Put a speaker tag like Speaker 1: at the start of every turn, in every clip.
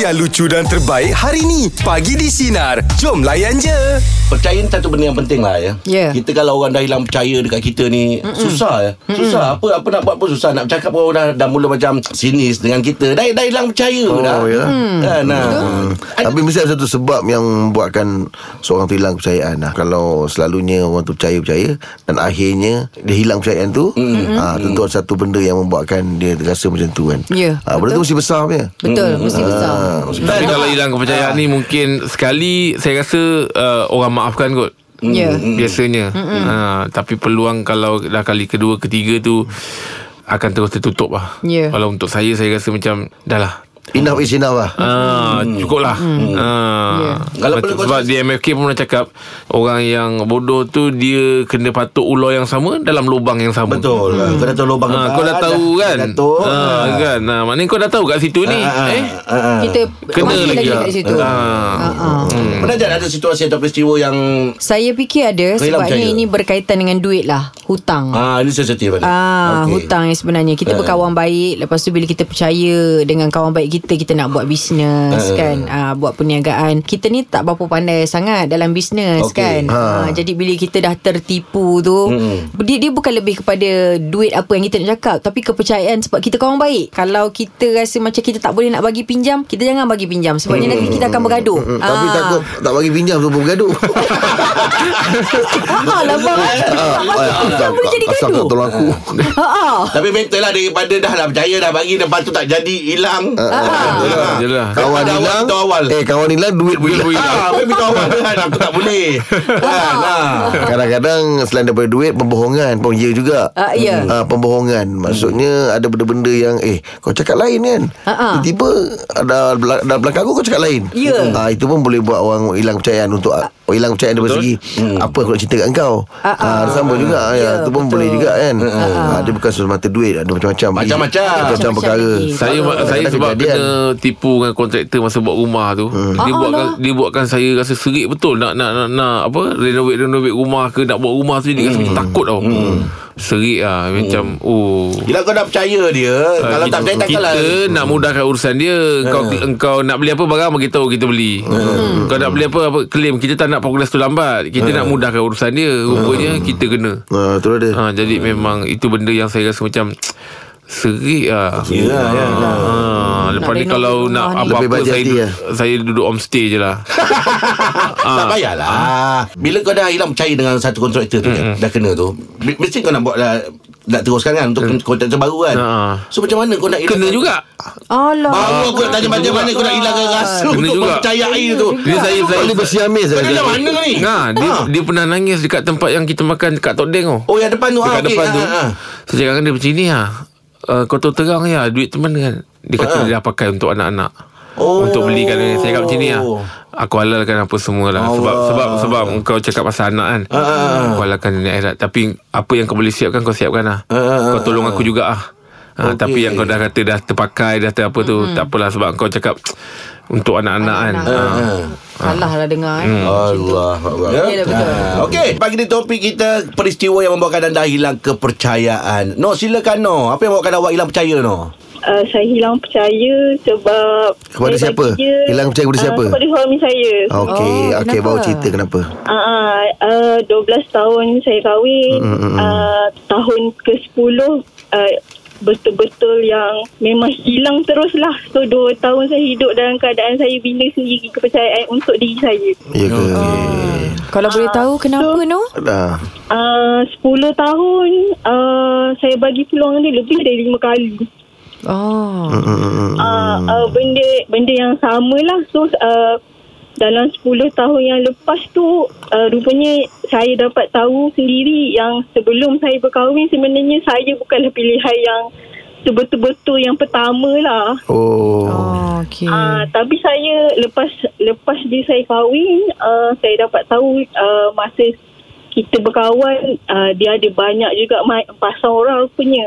Speaker 1: yang lucu dan terbaik hari ni. Pagi di Sinar. Jom layan je.
Speaker 2: Percaya ni satu benda yang penting lah ya.
Speaker 3: Ya.
Speaker 2: Kita kalau orang dah hilang percaya dekat kita ni Mm-mm. susah ya. Susah apa apa nak buat pun susah nak bercakap pun orang dah, dah mula macam sinis dengan kita. Dah dah hilang percaya oh, dah.
Speaker 4: ya.
Speaker 2: Kan. ah. Ada-
Speaker 4: Hmm. Tapi mesti ada satu sebab yang membuatkan seorang tu hilang kepercayaan lah. Kalau selalunya orang tu percaya-percaya dan akhirnya dia hilang kepercayaan tu, mm. ha, tentu ada satu benda yang membuatkan dia rasa macam tu kan.
Speaker 3: Ya,
Speaker 4: ha, benda tu mesti besar punya.
Speaker 3: Betul, mesti besar.
Speaker 5: Tapi kalau hilang kepercayaan ni Mungkin sekali Saya rasa uh, Orang maafkan kot
Speaker 3: Ya.
Speaker 5: Biasanya ha, Tapi peluang Kalau dah kali kedua Ketiga tu Akan terus tertutup lah
Speaker 3: Ya.
Speaker 5: Kalau untuk saya Saya rasa macam Dah lah
Speaker 4: Enough is enough lah.
Speaker 5: Ah, cukup lah hmm. ah.
Speaker 3: Ya.
Speaker 2: Kalau
Speaker 5: Kalau
Speaker 2: boleh kau
Speaker 5: Sebab di MFK pun pernah cakap Orang yang bodoh tu Dia kena patuk ular yang sama Dalam lubang yang sama
Speaker 2: Betul. Hmm. Kau dah tahu lubang
Speaker 5: Ah, kau dah tahu kan?
Speaker 2: Dah Ah, tahu. Ha.
Speaker 5: Ah, kan. Ah, maknanya kau dah tahu kat situ ni. eh?
Speaker 3: Kita
Speaker 5: Kena
Speaker 3: masih
Speaker 5: lagi.
Speaker 3: dekat situ.
Speaker 5: Ah.
Speaker 3: Ah, ah.
Speaker 2: Hmm. Pernah tak ada situasi atau peristiwa yang
Speaker 3: Saya fikir ada
Speaker 2: Kau hilang
Speaker 3: sebabnya
Speaker 2: percaya.
Speaker 3: ini berkaitan dengan duit lah, hutang.
Speaker 2: Ah, ini sensitif ada.
Speaker 3: Ah,
Speaker 2: Okey.
Speaker 3: okay. hutang yang sebenarnya
Speaker 4: Eh.
Speaker 3: Kita berkawan baik Lepas tu bila kita percaya Dengan kawan baik kita Kita nak buat bisnes
Speaker 2: Ah.
Speaker 4: Eh.
Speaker 3: kan ah, Buat perniagaan Kita ni tak berapa pandai sangat Dalam bisnes
Speaker 2: Okey.
Speaker 3: kan
Speaker 4: Ha.
Speaker 3: ah, Jadi bila kita dah tertipu tu mm. dia, dia bukan lebih kepada Duit apa yang kita nak cakap Tapi kepercayaan Sebab kita kawan baik Kalau kita rasa macam Kita tak boleh nak bagi pinjam Kita jangan bagi pinjam Sebabnya nanti kita akan bergaduh Ah.
Speaker 4: Hmm, Tapi takut tak bagi pinjam tu pun bergaduh.
Speaker 3: Faham lah bang Tak masuk hutang boleh jadi
Speaker 4: Ah, Asal
Speaker 3: gaduh
Speaker 4: tak tolong aku.
Speaker 3: Haa
Speaker 2: Tapi mental lah daripada dah lah percaya dah bagi lepas tu tak jadi hilang. lah.
Speaker 5: Ah, Jelah.
Speaker 4: Kawan
Speaker 2: Dah awal,
Speaker 4: hilang.
Speaker 2: dah awal.
Speaker 4: Eh kawan hilang duit pun hilang.
Speaker 2: Ah, tapi minta awal Tuhan aku tak boleh. Kan. Ah.
Speaker 4: Kadang-kadang selain daripada duit Pembohongan pun ya juga
Speaker 3: Ah, ya.
Speaker 4: Ah, Pembohongan Maksudnya ada benda-benda yang Eh kau cakap lain kan
Speaker 3: Ah, ah.
Speaker 4: Tiba-tiba ada, bela- Dalam belakang aku kau cakap lain
Speaker 3: Ya.
Speaker 4: Ah, Itu pun boleh buat orang hilang percayaan Untuk ah, hilang percayaan daripada segi
Speaker 5: Hmm.
Speaker 4: Apa aku nak cerita kat kau
Speaker 3: Ah, ah.
Speaker 4: Ah, Sama juga ya,
Speaker 3: Ya,
Speaker 4: Itu pun
Speaker 3: betul.
Speaker 4: boleh juga kan
Speaker 3: ah.
Speaker 4: Ah, Dia bukan semata duit Ada macam-macam
Speaker 2: Macam-macam.
Speaker 4: Macam-macam
Speaker 3: Macam-macam
Speaker 4: perkara Ah,
Speaker 3: lagi.
Speaker 5: Saya
Speaker 3: Kalau-
Speaker 5: saya
Speaker 4: Kadang-kadang
Speaker 5: sebab
Speaker 4: kejadian.
Speaker 5: kena tipu dengan kontraktor masa buat rumah tu.
Speaker 2: Hmm.
Speaker 5: Dia
Speaker 3: Ah,
Speaker 5: buatkan
Speaker 3: lah.
Speaker 5: dia buatkan saya rasa serik betul nak nak nak, nak apa renovate renovate rumah ke nak buat rumah tu jadi rasa macam
Speaker 2: Hmm.
Speaker 5: takut tau. Serik ah macam oh
Speaker 2: Bila kau dah percaya dia,
Speaker 5: Ah,
Speaker 2: Hmm. kalau
Speaker 5: kita-
Speaker 2: tak percaya
Speaker 5: kita
Speaker 2: takkanlah. Hmm.
Speaker 5: nak mudahkan urusan dia engkau engkau nak beli apa barang bagi tahu kita beli kau nak beli apa apa claim kita tak nak progress tu lambat
Speaker 2: Hmm.
Speaker 5: kita nak mudahkan urusan dia rupanya kita kena
Speaker 4: Ah, Itu ada
Speaker 5: ha, jadi
Speaker 3: Hmm.
Speaker 5: memang itu benda yang saya rasa macam serik ah
Speaker 2: Ya, ya, ya.
Speaker 5: Ha, lepas ni
Speaker 3: renovate
Speaker 5: kalau
Speaker 3: rumah
Speaker 5: nak
Speaker 3: ni.
Speaker 4: Lebih
Speaker 5: apa-apa
Speaker 4: bajet
Speaker 5: saya,
Speaker 3: ya.
Speaker 4: dia.
Speaker 5: du- saya duduk homestay je lah.
Speaker 2: Ah. Tak
Speaker 5: Ah.
Speaker 2: payahlah. Bila kau dah hilang percaya dengan satu kontraktor tu, kan, dah kena tu. m- Mesti kau nak buat lah, nak teruskan kan untuk kontraktor baru kan.
Speaker 5: Mm. Ah.
Speaker 2: So macam mana kau nak hilang?
Speaker 5: Kena juga. Ah.
Speaker 3: Alah
Speaker 2: Baru aku nak tanya macam mana kau nak hilangkan rasa
Speaker 5: Kena
Speaker 2: untuk
Speaker 5: juga.
Speaker 2: mempercayai tu.
Speaker 5: Dia saya
Speaker 4: Kau ni
Speaker 5: saya
Speaker 4: bersiamis
Speaker 2: Kau ni
Speaker 4: lah.
Speaker 2: dah mana kau ni?
Speaker 5: Nah, dia,
Speaker 3: Ha.
Speaker 2: Ah.
Speaker 5: dia pernah nangis dekat tempat yang kita makan dekat Tok Deng tu.
Speaker 2: Oh yang depan tu. ah,
Speaker 5: Dekat
Speaker 2: okey,
Speaker 5: depan
Speaker 2: ah,
Speaker 5: tu.
Speaker 2: ah.
Speaker 5: Saya cakap dengan dia macam ni ah. Uh, kau tahu terang ya duit teman kan. Dia kata
Speaker 2: Ah.
Speaker 5: dia dah pakai untuk anak-anak.
Speaker 2: Oh.
Speaker 5: Untuk belikan dia. Saya cakap macam ni ah. Aku halalkan apa semua lah Sebab sebab sebab kau cakap pasal anak kan
Speaker 2: ah.
Speaker 5: Aku halalkan dunia akhirat Tapi apa yang kau boleh siapkan Kau siapkan lah
Speaker 2: Ah, ah, ah,
Speaker 5: Kau tolong aku juga ah
Speaker 2: Okey.
Speaker 5: Ha, Tapi yang kau dah kata Dah terpakai Dah ter apa tu Tak apalah sebab kau cakap Untuk anak-anak kan
Speaker 3: Anak-anak.
Speaker 5: Ah.
Speaker 2: Ah.
Speaker 3: Salah lah dengar eh.
Speaker 5: Hmm.
Speaker 2: Allah Allah.
Speaker 3: Ya, dah betul.
Speaker 2: Ah, Okey, pagi ni topik kita peristiwa yang membuatkan anda hilang kepercayaan. No, silakan No. Apa yang membuatkan awak hilang percaya No?
Speaker 6: Uh, saya hilang percaya sebab
Speaker 4: Kepada
Speaker 6: saya
Speaker 4: siapa?
Speaker 6: bagi dia-
Speaker 4: Hilang percaya kepada
Speaker 6: Ah,
Speaker 4: siapa?
Speaker 6: kepada suami saya
Speaker 4: Ah, Okey,
Speaker 3: Oh,
Speaker 4: okey bawa
Speaker 3: kenapa?
Speaker 4: cerita kenapa?
Speaker 6: Ah, uh, 12 tahun saya kahwin
Speaker 4: Mm,
Speaker 6: uh, Tahun ke-10 uh, Betul-betul yang Memang hilang teruslah So 2 tahun saya hidup dalam keadaan saya Bina sendiri kepercayaan untuk diri saya
Speaker 4: Ya ke?
Speaker 5: Oh.
Speaker 3: Kalau boleh tahu kenapa no?
Speaker 4: Dah.
Speaker 6: uh, 10 tahun uh, Saya bagi peluang dia lebih dari 5 kali Ah.
Speaker 3: Oh.
Speaker 4: Hmm, hmm, hmm.
Speaker 6: uh, uh, benda benda yang sama lah so uh, dalam 10 tahun yang lepas tu uh, rupanya saya dapat tahu sendiri yang sebelum saya berkahwin sebenarnya saya bukanlah pilihan yang sebetul-betul yang pertama lah
Speaker 4: Oh.
Speaker 3: Oh, okey.
Speaker 6: Ah, tapi saya lepas lepas dia saya kahwin, uh, saya dapat tahu uh, masa kita berkawan uh, dia ada banyak juga ma- pasang orang rupanya.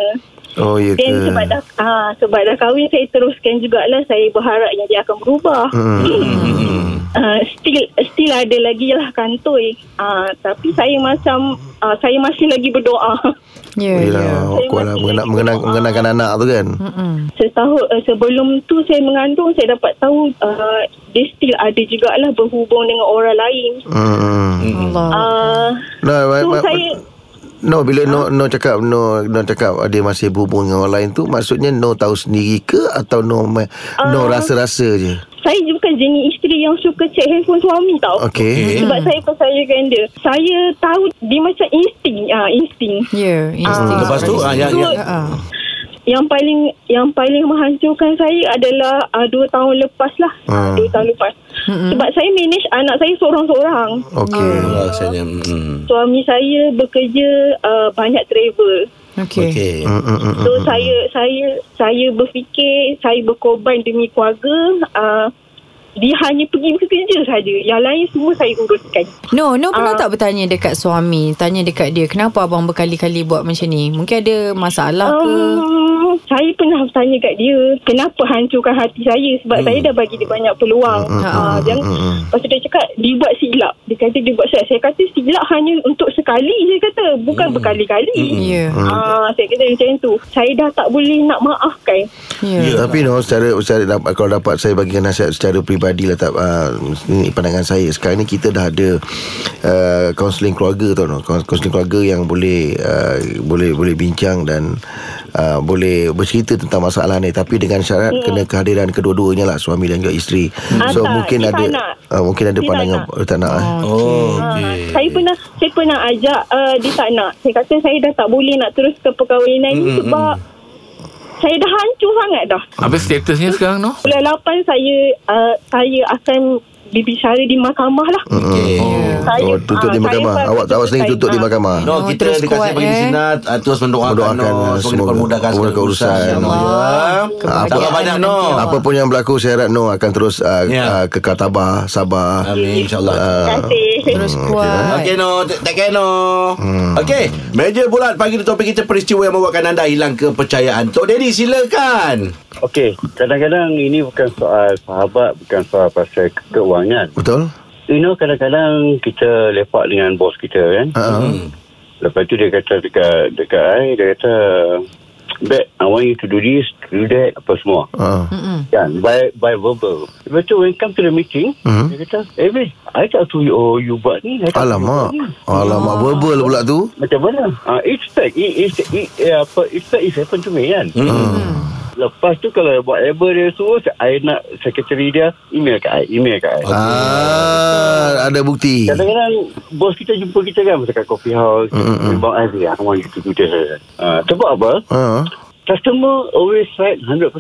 Speaker 4: Oh, ya ke?
Speaker 6: Dan sebab dah ah, sebab dah kahwin saya teruskan jugalah saya berharap yang dia akan berubah. Hmm. Uh, still still ada Ah, lagi lah kantoi. Uh, tapi saya macam uh, saya masih lagi berdoa.
Speaker 3: Ya,
Speaker 4: Yelah,
Speaker 3: ya.
Speaker 4: awak kuat lah mengenang, mengenang, mengenangkan anak tu kan
Speaker 6: Setahun uh, sebelum tu saya mengandung saya dapat tahu uh, dia still ada jugalah berhubung dengan orang lain.
Speaker 4: hmm.
Speaker 3: Allah.
Speaker 6: Uh,
Speaker 4: No,
Speaker 6: so
Speaker 4: ma- ma-
Speaker 6: saya
Speaker 4: no bila no no cakap no no cakap ah, dia masih berhubung dengan orang lain tu maksudnya no tahu sendiri ke atau no ma- no
Speaker 6: Ah.
Speaker 4: rasa-rasa je.
Speaker 6: saya bukan jenis isteri yang suka cek handphone suami tau.
Speaker 4: Okey.
Speaker 6: Sebab saya percayakan dia. Saya tahu dia macam insting, ah insting.
Speaker 3: Ya, insting.
Speaker 2: Lepas tu ah, yang, yang,
Speaker 3: Ha, ha.
Speaker 6: Yang paling yang paling menghancurkan saya adalah uh, dua tahun lepas lah.
Speaker 4: Hmm.
Speaker 6: Hmm. Dua tahun lepas. Hmm. Sebab saya manage anak saya seorang-seorang.
Speaker 4: Okey.
Speaker 2: rasanya hmm.
Speaker 6: Suami saya bekerja uh, banyak travel.
Speaker 3: Okey.
Speaker 2: Okey.
Speaker 4: Hmm, hmm, hmm,
Speaker 6: So hmm. saya saya saya berfikir saya berkorban demi keluarga. Uh, dia hanya pergi bekerja saja. Yang lain semua saya uruskan.
Speaker 3: No, no pernah
Speaker 6: Ah.
Speaker 3: tak bertanya dekat suami? Tanya dekat dia, kenapa abang berkali-kali buat macam ni? Mungkin ada masalah ke?
Speaker 6: Um, saya pernah tanya kat dia kenapa hancurkan hati saya sebab hmm. saya dah bagi dia banyak peluang. Hmm. Uh, hmm. Jangan, hmm. Lepas tu dia cakap dia buat silap. Dia kata dia buat silap. Saya kata silap hanya untuk sekali saya kata bukan hmm. berkali-kali. Hmm.
Speaker 3: Ya,
Speaker 6: Uh, saya kata macam tu. Saya dah tak boleh nak maafkan.
Speaker 3: ya.
Speaker 4: Tapi no secara, secara dapat, kalau dapat saya bagikan nasihat secara peribadi lah tak uh, ini pandangan saya sekarang ni kita dah ada uh, kaunseling keluarga tau no Kaun- kaunseling keluarga yang boleh uh, boleh boleh bincang dan uh, boleh bercerita tentang masalah ni tapi dengan syarat kena kehadiran kedua-duanya lah suami dan juga isteri. So
Speaker 6: Ya. Ah, tak,
Speaker 4: mungkin
Speaker 6: dia tak
Speaker 4: ada
Speaker 6: nak.
Speaker 4: uh, mungkin ada
Speaker 6: Dia tak
Speaker 4: pandangan
Speaker 6: nak.
Speaker 4: eh, tak nak. eh.
Speaker 2: Oh,
Speaker 6: Ah,
Speaker 2: okey.
Speaker 6: Saya pernah saya pernah ajak uh, dia tak nak. Saya kata saya dah tak boleh nak teruskan perkahwinan ni sebab saya dah hancur sangat dah.
Speaker 2: Ah.
Speaker 5: Apa statusnya sekarang no?
Speaker 6: Bulan 8 saya uh, saya akan berbicara di mahkamah lah.
Speaker 2: Okey.
Speaker 6: Saya
Speaker 4: Oh, tuntut di
Speaker 6: ah,
Speaker 4: mahkamah.
Speaker 6: saya
Speaker 4: Awak awak sendiri
Speaker 6: saya-
Speaker 4: tuntut di
Speaker 6: ah.
Speaker 4: mahkamah.
Speaker 2: No,
Speaker 3: Oh,
Speaker 2: kita
Speaker 3: terus
Speaker 2: dekat
Speaker 3: kuat,
Speaker 2: sini bagi
Speaker 3: eh.
Speaker 2: sinat uh, terus mendoakan,
Speaker 4: Mendoakan,
Speaker 2: no.
Speaker 4: eh,
Speaker 2: Semoga
Speaker 4: semoga eh.
Speaker 2: dipermudahkan segala
Speaker 4: memudahkan urusan,
Speaker 2: no,
Speaker 3: Allah.
Speaker 2: ya.
Speaker 3: Kebahagiaan
Speaker 2: Tambah banyak no.
Speaker 3: nanti, Allah.
Speaker 4: Apa pun yang berlaku saya harap no akan terus uh,
Speaker 2: Ya.
Speaker 4: yeah. uh, kekal tabah, sabar.
Speaker 2: Amin insyaallah.
Speaker 6: Terima kasih.
Speaker 3: Terus
Speaker 5: lah.
Speaker 3: kuat.
Speaker 2: Okey no T- Take care no hmm. Okey Meja bulat Pagi ni topik kita Peristiwa yang membuatkan anda Hilang kepercayaan Tok Deddy silakan
Speaker 7: Okey, kadang-kadang ini bukan soal sahabat, bukan soal pasal ke- keuangan.
Speaker 4: Betul?
Speaker 7: You know, kadang-kadang kita lepak dengan bos kita kan.
Speaker 4: Uh-huh.
Speaker 7: Lepas tu dia kata dekat dekat I, dia kata, Bad, I want you to do this, to do that, apa semua.
Speaker 4: Uh.
Speaker 7: Kan, by, by verbal. Lepas tu, when come to the meeting,
Speaker 4: Mhm.
Speaker 7: dia kata, eh, babe, I tak tahu you, oh, you buat ni. I tak tahu you
Speaker 4: Alamak.
Speaker 7: buat ni."
Speaker 4: Alamak verbal pula tu.
Speaker 7: Macam mana? Ah, it's fact. It, it's, it, eh, apa, it's fact. It's happened to me kan? Lepas tu kalau whatever dia suruh, I nak secretary dia, email kat I. Email kat I.
Speaker 4: Ah, ada bukti.
Speaker 7: Kadang-kadang bos kita jumpa kita kan masa kat coffee house. Mm-hmm. Bang Azri, I want you to do this. Uh, sebab apa?
Speaker 4: Ha.
Speaker 7: Customer always right 100%.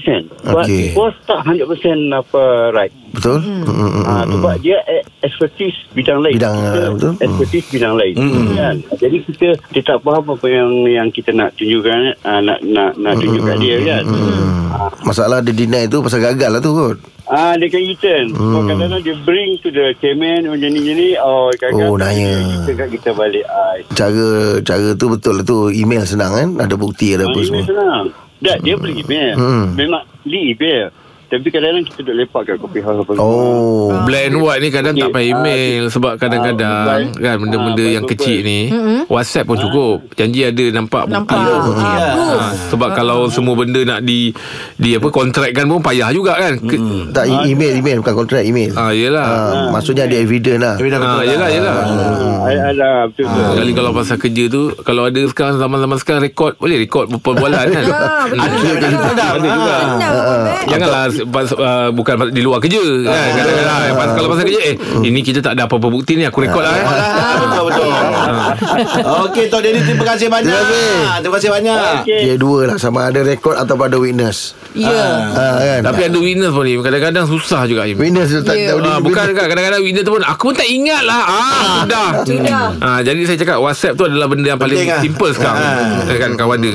Speaker 7: But
Speaker 4: Okay.
Speaker 7: bos tak 100% apa right.
Speaker 4: Betul? Mm.
Speaker 7: Ah, sebab dia eh, expertise bidang lain.
Speaker 4: Bidang,
Speaker 7: Kita
Speaker 4: ah, betul.
Speaker 7: Expertise bidang lain. Kan? Jadi kita dia tak faham apa yang yang kita nak tunjukkan ah, nak nak nak tunjukkan dia kan. Ah,
Speaker 4: Masalah dia deny tu pasal gagal lah tu kot.
Speaker 7: Ah, dia akan return.
Speaker 4: Mm.
Speaker 7: So, kadang-kadang dia bring to the chairman macam ni macam ni. Oh, kadang-kadang
Speaker 4: Oh, naya.
Speaker 7: kita kat kita balik. Ah,
Speaker 4: Cara cara tu betul lah tu. Email senang kan? Ada bukti ada apa
Speaker 7: Ah, email
Speaker 4: semua.
Speaker 7: senang. Dah, dia beli email.
Speaker 4: Hmm.
Speaker 7: Memang beli email. Tapi kadang-kadang kita duduk lepak kat kopi house apa semua.
Speaker 4: Oh.
Speaker 5: Black and white ni kadang tak
Speaker 7: Okey,
Speaker 5: payah
Speaker 7: ah,
Speaker 5: email sebab kadang-kadang
Speaker 7: betul.
Speaker 5: kan benda-benda
Speaker 7: Ah,
Speaker 5: yang
Speaker 7: betul,
Speaker 5: kecil
Speaker 7: betul.
Speaker 5: ni WhatsApp pun cukup. Janji ada nampak bukti.
Speaker 3: Nampak.
Speaker 5: tu.
Speaker 3: Ah, proof.
Speaker 5: Ah, sebab kalau semua benda nak di di apa kontrakkan pun payah juga kan. Ke,
Speaker 4: Tak e- email email bukan kontrak email.
Speaker 5: Ah yelah.
Speaker 4: Ah, maksudnya ada evidence lah.
Speaker 2: Tapi dah
Speaker 5: Ah,
Speaker 2: betul lah.
Speaker 5: yelah yelah.
Speaker 7: Ah, I- I dah betul-betul.
Speaker 8: Ah.
Speaker 5: Kali kalau pasal kerja tu Kalau ada sekarang Zaman-zaman sekarang Rekod Boleh rekod Perbualan kan
Speaker 3: Ah, betul. Ah.
Speaker 5: Ada
Speaker 3: Ada
Speaker 5: juga. Ada juga
Speaker 3: Nah, Abang Beb.
Speaker 5: Janganlah pas, uh, Bukan pas- di luar kerja kan? Kadang-kadang pas, Kalau pasal kerja Eh ini kita tak ada apa-apa bukti ni Aku rekod lah eh.
Speaker 2: Ah. Betul betul Okey Tok Deddy Terima kasih banyak
Speaker 4: Terima kasih.
Speaker 2: Terima kasih banyak
Speaker 6: Ya.
Speaker 7: Okey.
Speaker 4: Dia dua lah sama ada rekod atau pada witness.
Speaker 3: Ya.
Speaker 4: Ah, kan?
Speaker 5: Tapi ada winner pun ni Kadang-kadang susah juga ni
Speaker 4: witness tu tak
Speaker 3: Ya.
Speaker 4: tahu
Speaker 5: Ah, bukan kan kadang-kadang winner tu pun aku pun tak ingat lah ah sudah
Speaker 3: Sudah.
Speaker 5: ah jadi saya cakap WhatsApp tu adalah benda yang paling
Speaker 2: Penting, ah.
Speaker 5: simple sekarang
Speaker 2: Ah.
Speaker 5: kan kau ada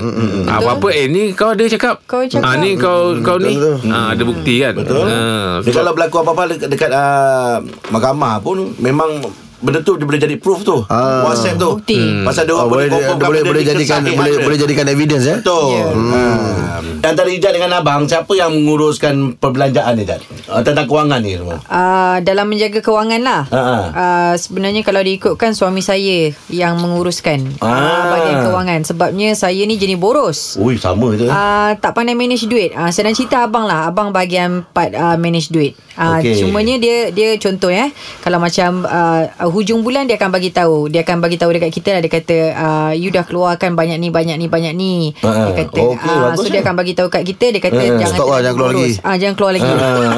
Speaker 5: ah, apa-apa eh ni kau ada cakap
Speaker 3: Kau cakap.
Speaker 5: ah ni kau kau ni
Speaker 4: Betul, betul.
Speaker 5: ah ada bukti kan
Speaker 2: Betul
Speaker 5: ah,
Speaker 2: Jadi,
Speaker 5: sebab-
Speaker 2: Kalau berlaku apa-apa Dekat, dekat uh, mahkamah ah, pun Memang benda tu dia boleh jadi proof tu.
Speaker 4: Ah.
Speaker 2: WhatsApp tu.
Speaker 3: Bukti. Hmm.
Speaker 2: Pasal dia
Speaker 4: Oh,
Speaker 2: orang
Speaker 4: boleh,
Speaker 2: confirmkan
Speaker 4: boleh,
Speaker 2: benda
Speaker 4: boleh
Speaker 2: ni
Speaker 4: jadikan
Speaker 2: kesahihan
Speaker 4: boleh,
Speaker 2: dia.
Speaker 4: boleh jadikan evidence eh.
Speaker 2: Betul.
Speaker 3: Ya.
Speaker 2: Hmm. Antara Ijat dengan Abang, siapa yang menguruskan perbelanjaan Ijat? Uh, tentang kewangan ni semua.
Speaker 3: Uh, dalam menjaga kewangan lah
Speaker 2: Ha, ha.
Speaker 3: uh, Sebenarnya kalau diikutkan Suami saya Yang menguruskan
Speaker 2: Ah.
Speaker 3: uh, Bahagian kewangan Sebabnya saya ni jenis boros
Speaker 2: Ui, sama je.
Speaker 3: Uh, tak pandai manage duit uh, Senang cerita abang lah Abang bahagian part uh, manage duit uh,
Speaker 2: Okey.
Speaker 3: okay. Cumanya dia dia contoh eh Kalau macam uh, Hujung bulan dia akan bagi tahu Dia akan bagi tahu dekat kita lah Dia kata uh, You dah keluarkan banyak ni Banyak ni Banyak ni
Speaker 2: Ah,
Speaker 3: Dia kata
Speaker 2: okey,
Speaker 3: ah,
Speaker 2: bagus
Speaker 3: So
Speaker 2: eh.
Speaker 3: dia akan bagi tahu kat kita Dia kata jangan
Speaker 4: Stop lah,
Speaker 3: terlalu
Speaker 4: jangan keluar
Speaker 3: boros.
Speaker 4: lagi.
Speaker 3: ah, Jangan keluar lagi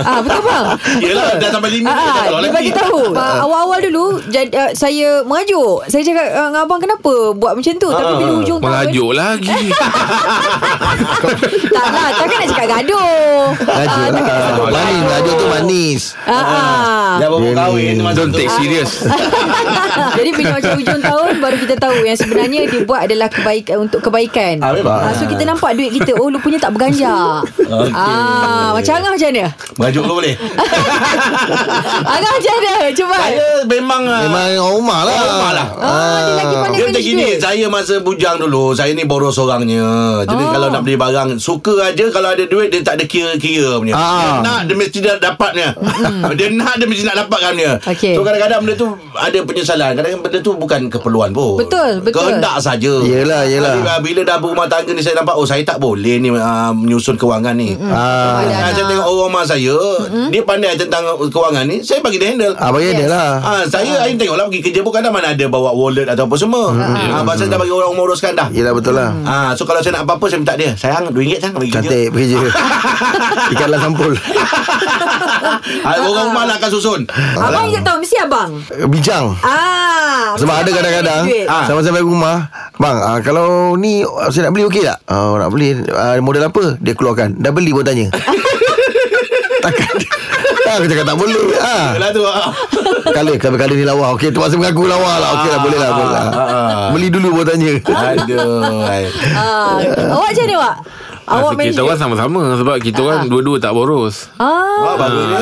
Speaker 3: ah, Betul bang
Speaker 2: Yelah, dah sampai limit,
Speaker 3: Ah,
Speaker 2: dah keluar
Speaker 3: Dia
Speaker 2: lagi.
Speaker 3: bagi tahu Ah, Awal-awal dulu jad, uh, Saya merajuk Saya cakap ah, dengan abang kenapa Buat macam tu Tapi bila hujung tahun-
Speaker 5: Merajuk lagi
Speaker 3: Tak lah Takkan nak cakap gaduh
Speaker 4: Raja
Speaker 3: Ah,
Speaker 4: lah.
Speaker 3: takkan nak cakap
Speaker 4: Manis Raja tu manis
Speaker 3: Ah, ah.
Speaker 2: Dah baru
Speaker 4: Dia ni.
Speaker 2: kahwin masa
Speaker 5: Don't
Speaker 2: tu.
Speaker 5: take serious
Speaker 3: Jadi bila macam hujung tahun Baru kita tahu Yang sebenarnya dia buat adalah kebaikan Untuk kebaikan
Speaker 2: Ah, memang.
Speaker 3: So kita nampak duit kita Oh rupanya tak berganjak
Speaker 2: Okey.
Speaker 3: ah, Macam Angah macam mana?
Speaker 2: Merajuk kau boleh?
Speaker 3: Angah macam mana? Cuba
Speaker 2: Saya memang ah,
Speaker 4: Memang orang rumah lah
Speaker 2: Orang rumah lah.
Speaker 3: ah, Dia lagi pandai
Speaker 2: Dia macam
Speaker 3: manage
Speaker 2: gini
Speaker 3: duit
Speaker 2: Saya masa bujang dulu Saya ni boros orangnya Jadi
Speaker 3: Oh.
Speaker 2: kalau nak beli barang Suka aja Kalau ada duit Dia tak ada kira-kira punya
Speaker 4: Ah.
Speaker 2: Dia nak Dia mesti nak dapatnya Dia nak Dia mesti nak dapatkan punya
Speaker 3: Hmm. Okey.
Speaker 2: So kadang-kadang benda tu Ada penyesalan Kadang-kadang benda tu Bukan keperluan pun
Speaker 3: Betul, betul.
Speaker 2: Kehendak saja
Speaker 4: Yelah, yelah.
Speaker 2: Tapi, ah, Bila dah berumah tangga ni Saya nampak Oh saya tak boleh ni ah, Menyusun kewangan ni Ah,
Speaker 3: Ada
Speaker 4: Ah,
Speaker 2: Saya
Speaker 3: anak.
Speaker 2: tengok orang rumah saya Dia pandai tentang kewangan ni Saya bagi dia handle
Speaker 4: ah bagi dia lah
Speaker 2: Ah, saya Ain tengoklah pergi kerja pun kadang mana ada bawa wallet atau apa semua. Ah, pasal dah bagi orang menguruskan dah.
Speaker 4: Yelah betul lah
Speaker 2: Ah, so kalau saya nak apa-apa saya minta dia. Sayang RM2 sayang bagi kerja.
Speaker 4: Cantik pergi je Ikanlah sampul
Speaker 2: ah, orang rumah lah akan susun.
Speaker 3: Abang tak tahu Mesti abang
Speaker 4: Bijang
Speaker 3: Ah, mesti
Speaker 4: Sebab ada
Speaker 3: abang
Speaker 4: kadang-kadang
Speaker 3: manage duit.
Speaker 4: ha. Sama sampai rumah Bang ah, Kalau ni ah, Saya nak beli okey tak ah, Nak beli ah, Model apa Dia keluarkan Dah beli pun tanya Takkan Ah, aku cakap tak boleh ah.
Speaker 2: Yalah tu. ah.
Speaker 4: Kala Kala-kala ni lawa Okey terpaksa mengaku lawa lah Okey lah boleh lah, boleh lah.
Speaker 2: ah,
Speaker 4: Beli dulu baru tanya
Speaker 2: Aduh. ai.
Speaker 3: ah. Awak macam mana awak?
Speaker 5: Ah,
Speaker 3: Awak Ah. manage
Speaker 5: Kita
Speaker 3: duit?
Speaker 5: orang sama-sama Sebab kita orang dua-dua tak boros
Speaker 3: Ah,
Speaker 2: Ah, bagusnya.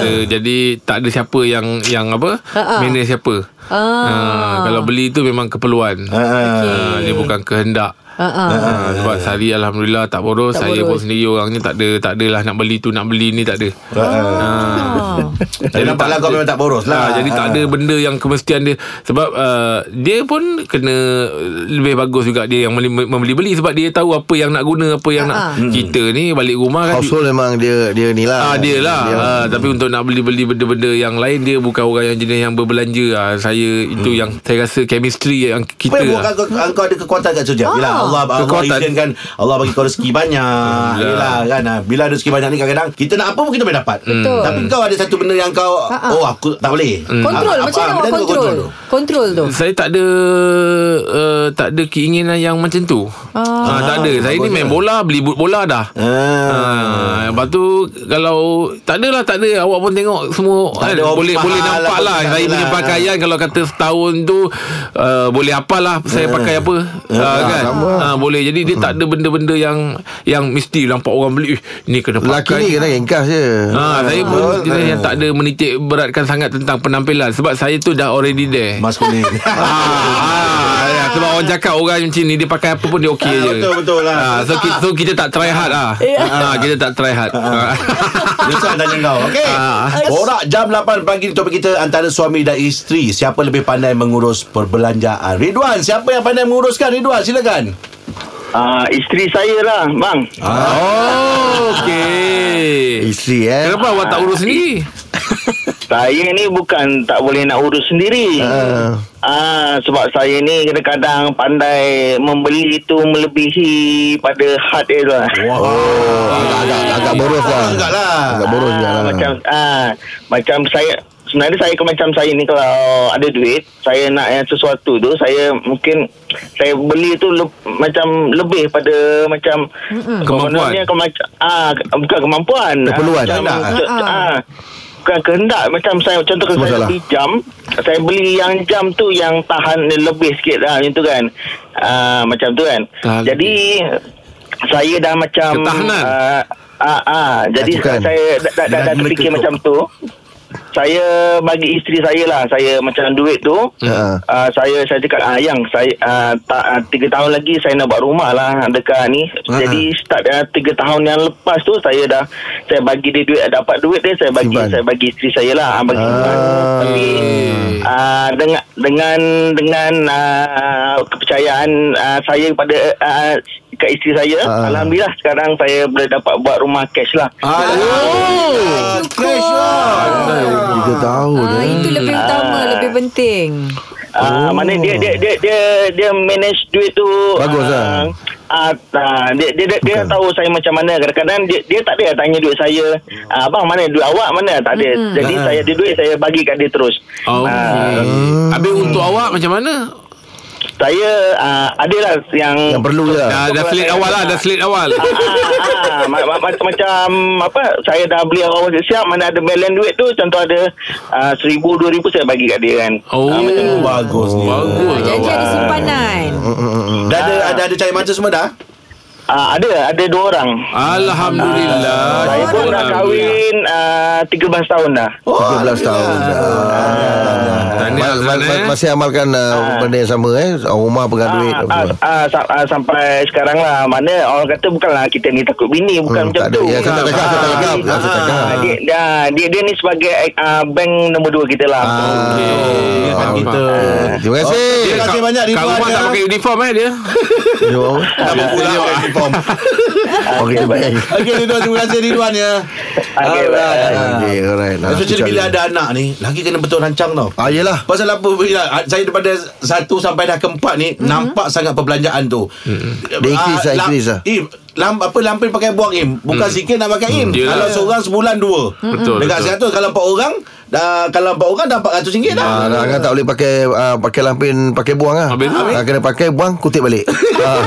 Speaker 5: Ada, jadi tak ada siapa yang yang apa
Speaker 3: Ha-ha.
Speaker 5: manage siapa.
Speaker 3: Ah.
Speaker 5: Ah, kalau beli tu memang keperluan.
Speaker 2: Ah, ah.
Speaker 5: Ah, dia bukan kehendak.
Speaker 3: ah, ah.
Speaker 5: Ah, sebab Sari alhamdulillah tak boros.
Speaker 3: Tak
Speaker 5: saya
Speaker 3: boros.
Speaker 5: pun sendiri orangnya tak ada tak adalah nak beli tu nak beli ni tak ada.
Speaker 3: Ah.
Speaker 2: Dia nampak lah kau memang tak boros lah.
Speaker 5: Ah, jadi tak ada benda yang kemestian dia sebab ah, dia pun kena lebih bagus juga dia yang membeli- membeli-beli sebab dia tahu apa yang nak guna apa yang
Speaker 3: Ah,
Speaker 5: nak Hmm. kita ni balik rumah kan
Speaker 4: Household memang dia Dia ni lah
Speaker 5: Ah dia lah dia ah, Tapi untuk nak beli-beli benda-benda yang lain Dia bukan orang yang jenis yang berbelanja ah, Saya itu yang Saya rasa chemistry yang
Speaker 2: apa
Speaker 5: kita
Speaker 2: yang buat
Speaker 5: lah.
Speaker 2: kau, kau ada kekuatan kat sujak Bila
Speaker 3: Ah.
Speaker 2: Allah, Allah
Speaker 5: Kekuatan.
Speaker 2: izinkan Allah bagi kau rezeki banyak Yelah kan ah. Bila ada rezeki banyak ni kadang-kadang Kita nak apa pun kita boleh dapat
Speaker 3: Betul.
Speaker 2: Tapi kau ada satu benda yang kau
Speaker 3: Ha-ha.
Speaker 2: Oh aku tak boleh
Speaker 3: Kontrol
Speaker 2: Ah,
Speaker 3: Macam
Speaker 2: ah,
Speaker 3: mana
Speaker 2: benda
Speaker 3: awak
Speaker 2: tu kau
Speaker 3: kontrol Kontrol tu
Speaker 5: Saya tak ada uh, Tak ada keinginan yang macam tu ah. Ah, Tak ada Saya ni main bola Beli but bola dah
Speaker 2: Ah.
Speaker 5: Ah, lepas tu kalau tak adalah tak ada awak pun tengok semua
Speaker 2: Tak
Speaker 5: kan,
Speaker 2: ada orang
Speaker 5: boleh
Speaker 2: mahal
Speaker 5: boleh
Speaker 2: lah,
Speaker 5: nampak
Speaker 2: apa
Speaker 5: lah
Speaker 2: tak
Speaker 5: saya
Speaker 2: ada
Speaker 5: punya
Speaker 2: lah.
Speaker 5: pakaian kalau kata setahun tu uh, boleh apa lah saya
Speaker 2: Ah.
Speaker 5: pakai apa
Speaker 2: Ya,
Speaker 5: uh, kan uh, boleh jadi dia tak ada benda-benda yang yang mesti nampak orang beli "Ih, ni kena
Speaker 4: Lelaki ni
Speaker 5: pakai
Speaker 4: kena engkas je
Speaker 5: Ha, saya
Speaker 2: Ah,
Speaker 5: pun jenis yang tak ada menitik beratkan sangat tentang penampilan sebab saya tu dah already there.
Speaker 2: Mas kuning
Speaker 5: Ah, ah, sebab orang cakap orang macam ni dia pakai apa pun dia okey
Speaker 2: Ah,
Speaker 5: je.
Speaker 2: betul, betul lah.
Speaker 5: Ah, so, kita, so kita tak try hard ah. Ah, kita tak try hard. Ah.
Speaker 2: Nyesal tanya kau Okay
Speaker 5: Ah.
Speaker 2: Borak jam 8 pagi ni Topik kita antara suami dan isteri Siapa lebih pandai mengurus perbelanjaan Ah, Ridwan Siapa yang pandai menguruskan Ridwan silakan
Speaker 7: Ah, isteri saya lah, bang.
Speaker 2: Ah.
Speaker 5: Oh, okey.
Speaker 4: Isteri eh
Speaker 5: Kenapa awak tak urus sendiri?
Speaker 7: Saya ni bukan tak boleh nak urus sendiri.
Speaker 4: Ah.
Speaker 7: Ah, sebab saya ni kadang-kadang pandai membeli itu melebihi pada had dia lah.
Speaker 4: Oh,
Speaker 2: Ah,
Speaker 4: agak, agak, agak boros lah
Speaker 2: Enggak lah
Speaker 4: Agak boros juga
Speaker 7: Ah,
Speaker 4: lah
Speaker 7: macam ah macam saya sebenarnya saya ke- macam saya ni kalau ada duit saya nak yang sesuatu tu saya mungkin saya beli tu le, macam lebih pada macam
Speaker 5: Ah, Kemampuan.
Speaker 7: kononnya ke, macam ah ke- bukan kemampuan
Speaker 4: Keperluan.
Speaker 7: ah, macam,
Speaker 2: Kehendak.
Speaker 7: ke- ah bukan kehendak macam saya contoh kalau saya
Speaker 4: Masalah.
Speaker 7: beli jam saya beli yang jam tu yang tahan lebih sikit lah macam tu kan ah, macam tu kan
Speaker 5: Tahan
Speaker 7: jadi saya dah macam
Speaker 5: Ketahanan.
Speaker 7: ah, ah, ah, jadi
Speaker 4: Lakukan.
Speaker 7: saya dah, dah, dah, dah
Speaker 2: Dengan
Speaker 7: terfikir
Speaker 2: menutup.
Speaker 7: macam tu saya bagi isteri saya lah saya macam duit tu
Speaker 4: Ha.
Speaker 7: uh, saya saya cakap ah yang saya uh, tak uh, tiga tahun lagi saya nak buat rumah lah dekat ni
Speaker 4: Ha.
Speaker 7: jadi start uh, tiga tahun yang lepas tu saya dah saya bagi dia duit dapat duit dia saya bagi
Speaker 4: Simpan.
Speaker 7: saya bagi isteri saya lah ah, bagi simpan.
Speaker 4: Ah.
Speaker 7: tapi uh, dengan dengan dengan uh, kepercayaan uh, saya kepada uh, kat isteri saya
Speaker 4: Ah.
Speaker 7: alhamdulillah sekarang saya boleh dapat buat rumah cash lah
Speaker 2: Aduh. Crash lah.
Speaker 4: Tiga tahun
Speaker 3: Ah,
Speaker 4: eh.
Speaker 3: itu lebih utama, lebih penting.
Speaker 4: Oh.
Speaker 7: Ah, mana dia dia dia dia dia manage duit tu
Speaker 4: Bagus lah.
Speaker 7: Ah, ah, dia dia dia, dia
Speaker 4: Bukan.
Speaker 7: tahu saya macam mana kadang-kadang dia dia tak ada tanya duit saya.
Speaker 4: Hmm.
Speaker 7: Ah, abang mana duit awak mana? Tak ada. Jadi
Speaker 4: Ah.
Speaker 7: saya ada duit saya bagi kat dia terus. Ah,
Speaker 2: Ah.
Speaker 5: Okay. Ah, Habis untuk awak macam mana?
Speaker 7: Saya ah, adalah yang
Speaker 4: Yang perlu
Speaker 2: Ah.
Speaker 4: je lah
Speaker 5: Dah, dah selit awal lah, dah selit awal.
Speaker 7: Ah, ah, ma- ma- ma- macam apa saya dah beli awal siap mana ada balance duit tu contoh ada ah, seribu dua ribu saya bagi kat dia kan
Speaker 5: Oh,
Speaker 7: Ah, macam tu.
Speaker 2: Bagus ni.
Speaker 4: Oh.
Speaker 5: bagus.
Speaker 3: Janji ada simpanan.
Speaker 2: Dah ada ada ada cair mata semua dah?
Speaker 7: Ah, ada ada dua orang
Speaker 5: Alhamdulillah.
Speaker 7: Ah,
Speaker 4: Ah,
Speaker 7: Saya pun
Speaker 4: lah.
Speaker 7: dah kahwin uh, 13 tahun dah.
Speaker 4: 13 tahun dah.
Speaker 5: Tahniah,
Speaker 4: Ma- ma-
Speaker 5: Azlan,
Speaker 4: ma-
Speaker 5: eh.
Speaker 4: Masih amalkan uh, benda yang sama eh Rumah pegang duit apa
Speaker 7: Ah,
Speaker 4: semua.
Speaker 7: ah, sa- ah, sampai sekarang lah Mana orang kata Bukanlah kita ni takut bini Bukan
Speaker 4: Hmm,
Speaker 7: macam
Speaker 4: tak ada.
Speaker 7: tu
Speaker 4: Ya, saya tak cakap, saya tak
Speaker 7: Ah,
Speaker 4: cakap, saya tak cakap.
Speaker 7: ah, dia, dia, dia, dia ni sebagai ah, Bank nombor dua kita lah
Speaker 5: Okey,
Speaker 2: Kan
Speaker 5: faham,
Speaker 2: kita.
Speaker 5: faham.
Speaker 4: Ah. Terima kasih
Speaker 2: Terima kasih
Speaker 5: Kak-
Speaker 2: banyak,
Speaker 5: Kak
Speaker 2: Ridwan,
Speaker 5: Umar tak
Speaker 2: ya.
Speaker 5: pakai uniform eh dia
Speaker 4: Terima
Speaker 2: Dah berpulang kat uniform.
Speaker 4: Okey baik
Speaker 2: Okey Ridwan Terima kasih Ridwan ya
Speaker 7: Okey,
Speaker 2: Alright.
Speaker 4: Ah, Okey alright
Speaker 2: Nah, so, jadi bila ada anak ni Lagi kena betul rancang tau
Speaker 4: Ah yelah
Speaker 2: Pasal apa bila Saya daripada Satu sampai dah keempat ni mm-hmm. Nampak sangat perbelanjaan tu mm-hmm.
Speaker 4: Dia increase lah, increase lah.
Speaker 2: Im, lam, apa lampin pakai buang im Bukan mm. sikit nak pakai im
Speaker 5: Yelah.
Speaker 2: Kalau seorang sebulan dua
Speaker 5: Betul,
Speaker 2: Dekat
Speaker 5: betul.
Speaker 2: seratus Kalau empat orang dah, Kalau empat orang dah empat ratus ringgit dah
Speaker 4: Ah, dah, kan tak boleh pakai ah, pakai lampin pakai buang lah.
Speaker 5: Habis tu?
Speaker 4: Ah, kena pakai buang kutip balik. ah,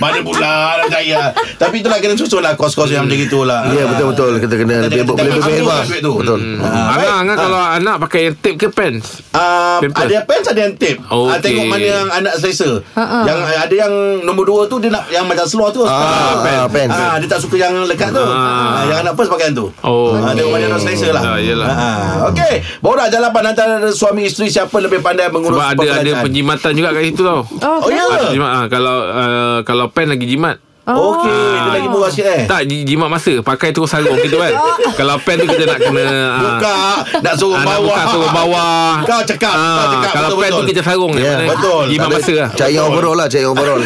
Speaker 2: Mana pula nak percaya Tapi itulah kena susun lah Kos-kos yang macam itulah
Speaker 4: ya betul betul kita kena
Speaker 2: Kita kena-
Speaker 4: lebih lebih
Speaker 2: kita
Speaker 4: lebih
Speaker 2: ambil
Speaker 4: hebat.
Speaker 2: duit tu.
Speaker 4: Betul.
Speaker 2: Ah,
Speaker 5: Angah,
Speaker 2: baik.
Speaker 5: Angah
Speaker 2: Ah.
Speaker 5: kan kalau anak pakai yang tape ke pants
Speaker 2: Uh,
Speaker 5: Pimple.
Speaker 2: ada yang pants ada yang tape.
Speaker 5: Oh,
Speaker 2: Ah,
Speaker 5: okey.
Speaker 2: tengok mana yang anak selesa.
Speaker 3: Ha-ha.
Speaker 2: Yang ah, ada yang nombor dua tu dia nak yang macam seluar tu.
Speaker 4: Ah,
Speaker 2: Ah,
Speaker 4: ah, pants.
Speaker 2: ah, dia tak suka yang lekat tu. Ah, yang anak first pakai yang tu.
Speaker 5: Oh.
Speaker 2: Ah, tengok mana yang anak selesa lah.
Speaker 5: Ah, yelah.
Speaker 2: Ah, okey. Borak jalapan antara suami isteri siapa lebih pandai mengurus
Speaker 5: Sebab ada ada
Speaker 2: perbelanjaan.
Speaker 5: penjimatan juga kat situ tau
Speaker 3: Oh,
Speaker 2: Oh ya.
Speaker 5: Ada jimat ah, Kalau ah, kalau pants lagi jimat
Speaker 2: Okey, itu lagi murah sikit eh.
Speaker 5: Ah. Tak ji- jimat masa Pakai terus sarung gitu kan Kalau pants tu kita nak kena ah,
Speaker 2: Buka Nak suruh
Speaker 5: ah, nak
Speaker 2: bawah
Speaker 5: buka suruh bawah
Speaker 2: Kau cakap
Speaker 5: Ah,
Speaker 2: Kau cakap
Speaker 5: Kalau pants tu
Speaker 2: betul-betul
Speaker 5: kita sarung
Speaker 4: Ya,
Speaker 5: Mana-
Speaker 2: betul.
Speaker 5: Jimat
Speaker 2: Tak ada-
Speaker 5: masa lah
Speaker 4: Cari yang overall lah, cari yang overall.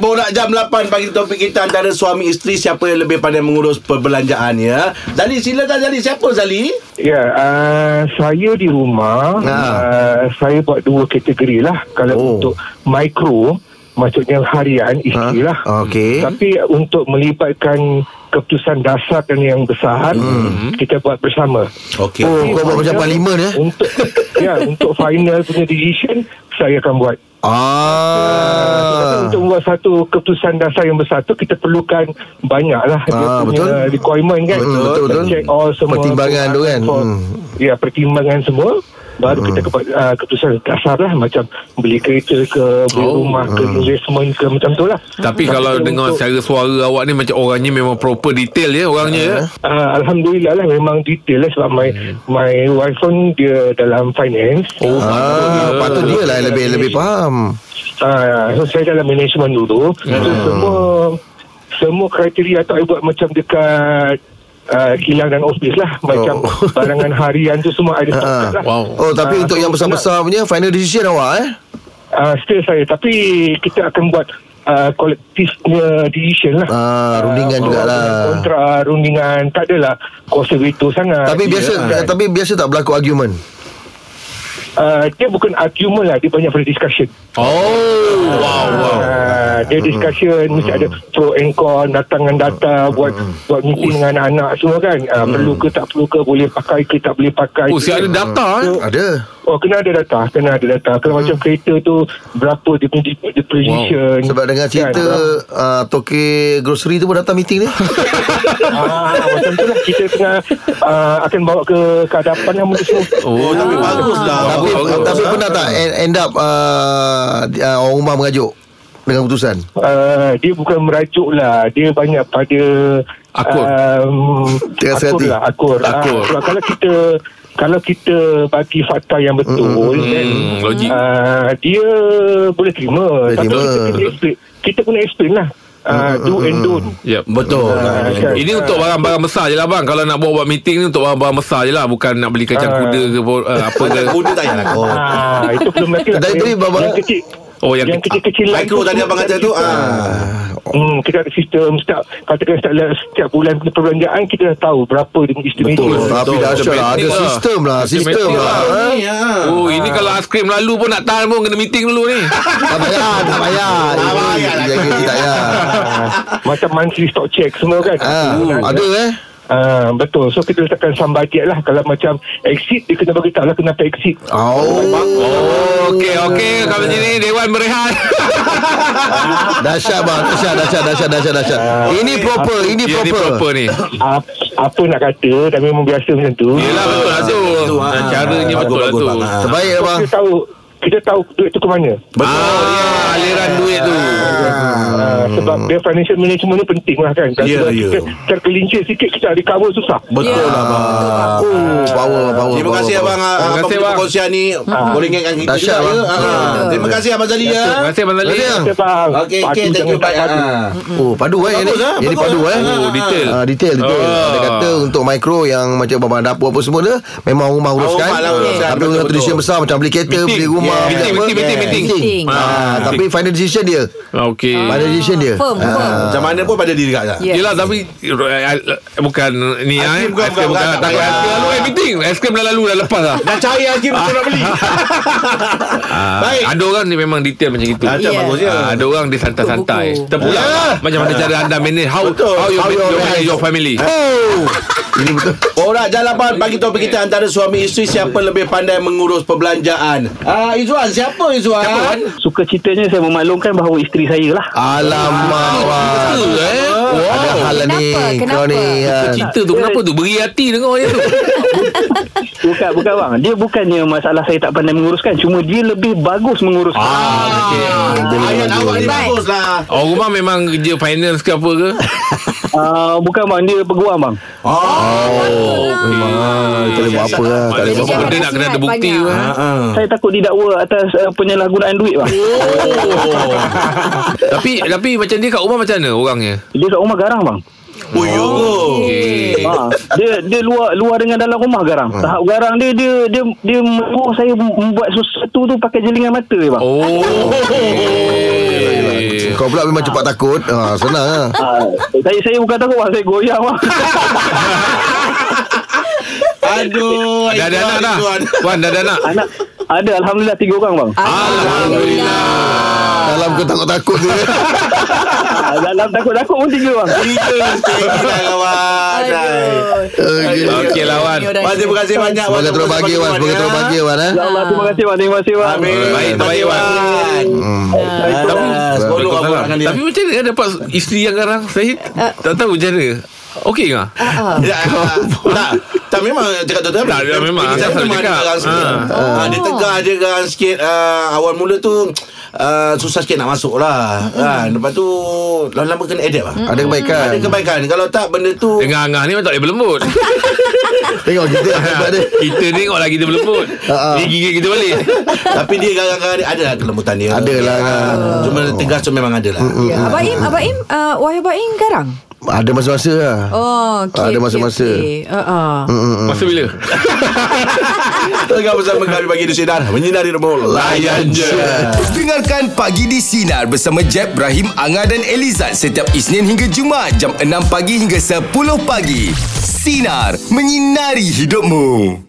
Speaker 2: Borak jam 8 pagi topik kita antara suami isteri siapa yang lebih pandai mengurus perbelanjaan ya. Zali silakan Zali siapa Zali?
Speaker 8: Ya, uh, saya di rumah
Speaker 4: Ha.
Speaker 8: uh, saya buat dua kategori lah. Kalau
Speaker 4: Oh.
Speaker 8: oh. untuk mikro maksudnya harian isteri
Speaker 4: Ha?
Speaker 8: lah.
Speaker 4: Okey.
Speaker 8: Tapi untuk melibatkan keputusan dasar dan yang besar hmm. kita buat bersama.
Speaker 2: Okey.
Speaker 4: Oh, kau buat macam parlimen eh?
Speaker 8: Untuk ya, untuk final punya decision saya akan buat. Tapi
Speaker 4: Ah.
Speaker 8: untuk buat satu keputusan dasar yang besar tu kita perlukan banyak lah dia
Speaker 4: Ah,
Speaker 8: punya
Speaker 4: betul.
Speaker 8: requirement kan
Speaker 4: Betul, Hmm, betul, betul.
Speaker 8: check all Oh, semua uh,
Speaker 4: Pertimbangan tu kan.
Speaker 8: for-
Speaker 4: Hmm.
Speaker 8: ya pertimbangan semua baru kita kepa, uh, keputusan dasar lah macam beli kereta ke beli
Speaker 5: Oh.
Speaker 8: rumah ke
Speaker 4: hmm.
Speaker 8: investment ke macam tu lah
Speaker 5: Tapi kalau dengar
Speaker 8: untuk-
Speaker 5: secara suara awak ni Macam orangnya memang proper detail ya Orangnya ya
Speaker 2: Eh.
Speaker 8: uh, Alhamdulillah lah memang detail lah sebab my,
Speaker 4: Hmm.
Speaker 8: my wife pun dia dalam finance
Speaker 5: Oh
Speaker 4: Ah, patut dia lah yang lebih lebih faham.
Speaker 8: Ah, so saya dalam management dulu. So
Speaker 4: Hmm.
Speaker 8: semua semua kriteria tak boleh buat macam dekat uh, kilang dan office lah. Macam
Speaker 4: Oh.
Speaker 8: barangan harian tu semua ada
Speaker 4: Ah.
Speaker 8: standard lah.
Speaker 5: Wow
Speaker 4: Oh, tapi
Speaker 8: Ah,
Speaker 4: untuk
Speaker 8: so
Speaker 4: yang besar-besar punya final decision awak eh?
Speaker 8: Uh, still saya tapi kita akan buat uh, kolektifnya decision lah.
Speaker 4: Ah, rundingan
Speaker 8: Ah, ah.
Speaker 4: jugalah.
Speaker 8: Kontra rundingan tak adalah kuasa veto sangat.
Speaker 4: Tapi
Speaker 8: Dia
Speaker 4: biasa eh,
Speaker 8: akan-
Speaker 4: tapi biasa tak berlaku argument.
Speaker 8: uh, dia bukan argument lah, dia banyak pada discussion.
Speaker 5: Oh Wow wow
Speaker 8: Ah, dia
Speaker 4: Hmm.
Speaker 8: discussion mesti ada pro and con datang dengan
Speaker 4: Hmm.
Speaker 8: data buat buat meeting dengan anak-anak semua kan Ah, perlu ke tak perlu ke boleh pakai ke tak boleh pakai
Speaker 5: Oh
Speaker 8: ke.
Speaker 5: siap ada data eh
Speaker 4: Ada.
Speaker 8: oh kena ada data kena ada data kena
Speaker 4: Hmm.
Speaker 8: macam kereta tu berapa dia punya dep- depreciation
Speaker 4: Sebab dengan cerita
Speaker 8: kan,
Speaker 4: uh, Toke grocery tu pun datang meeting ni
Speaker 8: ah, macam tu lah kita tengah ah, akan bawa ke ke hadapan lah benda semua
Speaker 2: Oh, tapi baguslah.
Speaker 4: Tapi, tapi pernah tak en- end up uh, di- uh, Orang ah, rumah mengajuk dengan putusan?
Speaker 8: uh, dia bukan merajuk lah dia banyak pada
Speaker 5: Akur.
Speaker 8: um,
Speaker 4: Terasa
Speaker 8: akur
Speaker 4: hati.
Speaker 8: lah akur,
Speaker 5: Akur.
Speaker 8: Ah, sebab kalau kita kalau kita bagi fakta yang betul
Speaker 5: mm,
Speaker 8: then,
Speaker 5: mm, logik.
Speaker 8: uh, dia boleh terima
Speaker 4: Boleh
Speaker 8: tapi
Speaker 4: terima. Mm,
Speaker 8: kita kena explain kita kena explain lah uh, do and don't
Speaker 5: Yep.
Speaker 2: Betul.
Speaker 8: Ah,
Speaker 2: Ah,
Speaker 8: kan.
Speaker 5: Ini untuk barang-barang besar je lah bang Kalau nak buat-buat meeting ni Untuk barang-barang besar je lah Bukan nak beli kacang
Speaker 8: Ah.
Speaker 5: kuda ke bo- ah, Apa ke
Speaker 2: Kuda tak payah lah kau.
Speaker 8: Ah, itu belum lagi lah.
Speaker 4: Dari tadi,
Speaker 8: Yang-
Speaker 4: Baba-
Speaker 8: yang kecil.
Speaker 5: Oh, yang
Speaker 8: yang
Speaker 5: kecil.
Speaker 8: kecil-kecil lah
Speaker 2: Mikro
Speaker 8: itu
Speaker 2: tadi
Speaker 8: semua
Speaker 2: abang
Speaker 8: kita
Speaker 2: kata
Speaker 8: ada
Speaker 2: tu.
Speaker 8: sistem.
Speaker 2: Ah.
Speaker 8: Hmm, kita ada sistem setiap katakan setiap, setiap bulan punya perbelanjaan kita dah tahu berapa dia punya estimate.
Speaker 2: Betul.
Speaker 8: dia.
Speaker 4: Tapi
Speaker 2: betul.
Speaker 4: dah asyik lah. Ada
Speaker 5: Matematik lah.
Speaker 4: sistem lah. Sistem
Speaker 5: Matematik
Speaker 4: lah.
Speaker 5: lah.
Speaker 4: eh.
Speaker 2: Ni, ah.
Speaker 5: Oh ini kalau aiskrim lalu pun Nak tahan pun Kena meeting dulu ni
Speaker 4: Tak payah, tak payah.
Speaker 2: Tak payah lah.
Speaker 4: Jaga je, tak payah.
Speaker 8: Ah, macam monthly stock check semua kan.
Speaker 4: Ah,
Speaker 8: Ah,
Speaker 4: ada eh?
Speaker 8: ah, betul. So kita letakkan some budget lah kalau macam exit dia kena bagi tahu lah kenapa exit.
Speaker 4: Oh,
Speaker 5: Oh Okey okey Kalau macam ni Dewan berehat
Speaker 4: dahsyat bang, dahsyat, dahsyat, dahsyat, dahsyat, dahsyat. Ini proper, ini
Speaker 5: Ya ni
Speaker 4: proper.
Speaker 5: proper ni
Speaker 8: Ah, apa nak kata dah memang biasa macam tu.
Speaker 5: Yelah betul lah tu
Speaker 2: Betul, ah.
Speaker 5: Ah, Caranya
Speaker 2: Bagus,
Speaker 5: betul lah
Speaker 2: bagus,
Speaker 5: tu
Speaker 2: bang. Ah.
Speaker 4: Terbaik
Speaker 8: So,
Speaker 4: bang.
Speaker 8: kita tahu kita tahu duit tu ke mana.
Speaker 5: Ah, aliran duit tu.
Speaker 8: Ah, sebab dia financial management ni penting lah kan. Kalau
Speaker 2: Ya,
Speaker 8: sebab
Speaker 2: ya.
Speaker 8: kita terkelincir sikit kita recover susah.
Speaker 2: Betul
Speaker 3: Ya.
Speaker 2: lah bang.
Speaker 4: Oh, power, power.
Speaker 2: Terima
Speaker 4: power,
Speaker 2: kasih
Speaker 4: power.
Speaker 2: abang ah,
Speaker 5: Terima
Speaker 2: Abang punya
Speaker 5: kasih, abang.
Speaker 2: perkongsian ni Boleh ingatkan kita
Speaker 4: Dahsyat,
Speaker 2: juga ya.
Speaker 4: abang.
Speaker 2: Ah,
Speaker 3: Betul.
Speaker 2: Terima kasih Abang Zali ya
Speaker 5: Terima kasih Abang Zali
Speaker 4: Terima kasih.
Speaker 8: Kita bang.
Speaker 2: Okey okey Thank you
Speaker 8: padu jangan tak
Speaker 2: bye
Speaker 8: padu.
Speaker 2: Ah.
Speaker 4: Oh, padu eh.
Speaker 2: Bagus, ah,
Speaker 4: Jadi
Speaker 2: bagus,
Speaker 4: padu
Speaker 2: ah.
Speaker 4: eh.
Speaker 5: Oh detail
Speaker 4: Ah, detail detail.
Speaker 5: Ah.
Speaker 4: Dia kata untuk mikro yang macam babak dapur apa semua dia memang rumah uruskan.
Speaker 2: rumah lah uruskan,
Speaker 4: Tapi untuk
Speaker 2: betul-betul.
Speaker 4: decision besar macam beli kereta,
Speaker 5: Meeting.
Speaker 4: beli rumah,
Speaker 5: Yeah. Meeting,
Speaker 4: beli apa. eh,
Speaker 5: meeting, meeting, meeting.
Speaker 4: Meeting. Ah,
Speaker 5: Ah.
Speaker 4: tapi final decision dia.
Speaker 5: Okey
Speaker 4: Final decision dia.
Speaker 3: Ah. Firm,
Speaker 4: Ah.
Speaker 3: firm.
Speaker 2: Macam mana pun pada diri ya. kak
Speaker 3: Yeah.
Speaker 5: Yelah tapi eh, Bukan
Speaker 2: Aiskrim
Speaker 5: ni eh
Speaker 2: bukan,
Speaker 5: Aiskrim
Speaker 2: bukan,
Speaker 5: bukan
Speaker 2: bukan.
Speaker 5: Takut
Speaker 2: Ah.
Speaker 5: aiskrim lalu eh meeting Aiskrim dah lalu dah lepas lah
Speaker 2: Dah cari lagi Betul nak beli
Speaker 5: Ah,
Speaker 2: Baik.
Speaker 5: Ada orang ni memang detail macam itu
Speaker 2: Macam
Speaker 3: Yeah.
Speaker 2: bagus je
Speaker 5: Ah, ada orang dia santai-santai
Speaker 3: Ya. Buku-buku.
Speaker 5: Terpulang
Speaker 2: Ah.
Speaker 5: Macam mana cara anda manage How how you,
Speaker 4: How you
Speaker 5: you manage
Speaker 4: manage.
Speaker 5: your family
Speaker 2: Ya. Ah.
Speaker 4: Oh. Ini betul.
Speaker 2: Orang jalapan bagi topik kita antara suami isteri siapa lebih pandai mengurus perbelanjaan. Ah Izwan, siapa Izwan?
Speaker 9: Suka citanya saya memaklumkan bahawa isteri saya lah.
Speaker 4: Alamak.
Speaker 2: Ah.
Speaker 4: wah.
Speaker 5: eh?
Speaker 4: Ada hal lah ni.
Speaker 3: Kenapa?
Speaker 4: Kau ni.
Speaker 5: Suka
Speaker 4: ah.
Speaker 5: Cerita tu kenapa tu Beri hati dengar dia tu
Speaker 9: Bukan, bukan bang. Dia bukannya masalah saya tak pandai menguruskan. Cuma dia lebih bagus menguruskan. Ah,
Speaker 2: Ayat awak ni
Speaker 3: Baik.
Speaker 2: bagus lah.
Speaker 5: Orang rumah memang kerja finance ke apa ke
Speaker 9: ah bukan bang. Dia peguam bang.
Speaker 2: Oh,
Speaker 4: Memang ah, kita boleh buat apa lah. Tak
Speaker 5: Ada
Speaker 4: boleh
Speaker 3: Jadi
Speaker 4: buat apa.
Speaker 5: apa
Speaker 3: jangan
Speaker 5: benda nak kena
Speaker 3: nasihat
Speaker 5: bukti
Speaker 3: banyak.
Speaker 5: ke? Ah.
Speaker 9: Saya takut didakwa atas uh, penyalahgunaan duit bang.
Speaker 2: Ya.
Speaker 5: Oh. tapi tapi macam dia kat rumah macam mana orangnya?
Speaker 9: Dia kat rumah garang bang.
Speaker 2: Oh, yo. Oh
Speaker 5: Okay.
Speaker 9: Ha, dia dia luar luar dengan dalam rumah garang. Tahap garang dia dia dia dia menyuruh saya membuat sesuatu tu pakai jelingan mata je bang.
Speaker 5: Oh.
Speaker 4: Kau pula memang cepat takut. Ah, senang lah.
Speaker 9: Ah, saya saya bukan takut bang, saya goyang bang.
Speaker 2: Aduh.
Speaker 5: Dah ada
Speaker 2: Izwan,
Speaker 5: anak dah.
Speaker 2: Izwan.
Speaker 5: Puan dah ada anak.
Speaker 9: Anak ada alhamdulillah tiga orang bang.
Speaker 4: Dalam kau takut-takut tu.
Speaker 9: Ah, dalam takut-takut pun tiga bang.
Speaker 2: Tiga tinggi dah kawan.
Speaker 3: Aduh.
Speaker 4: Okey.
Speaker 5: Okey lah Wan.
Speaker 3: Ini orang
Speaker 2: Wan, terima kasih banyak. Wan.
Speaker 4: Semoga terus bahagia Wan. Semoga terus bahagia Wan. eh.
Speaker 9: Ya Allah, terima kasih bang. Terima kasih bang.
Speaker 2: Ah. Amin.
Speaker 5: Baik, terbaik, Wan.
Speaker 2: Hmm. Tapi, sebelum
Speaker 5: Waalaikumsalam.
Speaker 2: awak dengan dia.
Speaker 5: Tapi macam mana dapat isteri yang garang? Saya tak tahu macam mana. Okey ke?
Speaker 3: Ah, ah.
Speaker 2: Ya, tak, tak memang cakap tu
Speaker 5: Tak, dia memang.
Speaker 2: Saya
Speaker 5: Asal
Speaker 2: memang
Speaker 5: cakap.
Speaker 2: ada garang sikit.
Speaker 5: Ha.
Speaker 2: Ha, dia tegar dia garang sikit. Ah, awal mula tu ah, susah sikit nak masuk lah. Kan. Lepas tu lama-lama kena adapt lah.
Speaker 4: Ada kebaikan.
Speaker 2: Ada kebaikan. Kalau tak benda tu
Speaker 5: Dengan Angah ni memang tak boleh berlembut.
Speaker 4: Tengok kita hebat dia.
Speaker 5: kita tengok lagi dia berlembut.
Speaker 4: Ah, ah.
Speaker 5: Dia gigit kita balik.
Speaker 2: tapi dia garang-garang dia ada lah kelembutan dia.
Speaker 4: Ada lah.
Speaker 2: Ah, Cuma tegas tu memang ada lah.
Speaker 3: Ya, Abang Im, Abang Im, ah, wahai Abang Im garang.
Speaker 4: Ada masa-masa lah.
Speaker 3: Oh, okey.
Speaker 4: Ada
Speaker 3: okey,
Speaker 4: masa-masa.
Speaker 3: okey. Ah, ah.
Speaker 4: Hmm.
Speaker 5: Masa bila?
Speaker 2: Tengah bersama kami bagi di sinar menyinari rumah layan je.
Speaker 1: Dengarkan Pagi di Sinar bersama Jeb, Ibrahim, Anga dan Elizad setiap Isnin hingga Jumaat jam 6 pagi hingga 10 pagi. Sinar, menyinari hidupmu.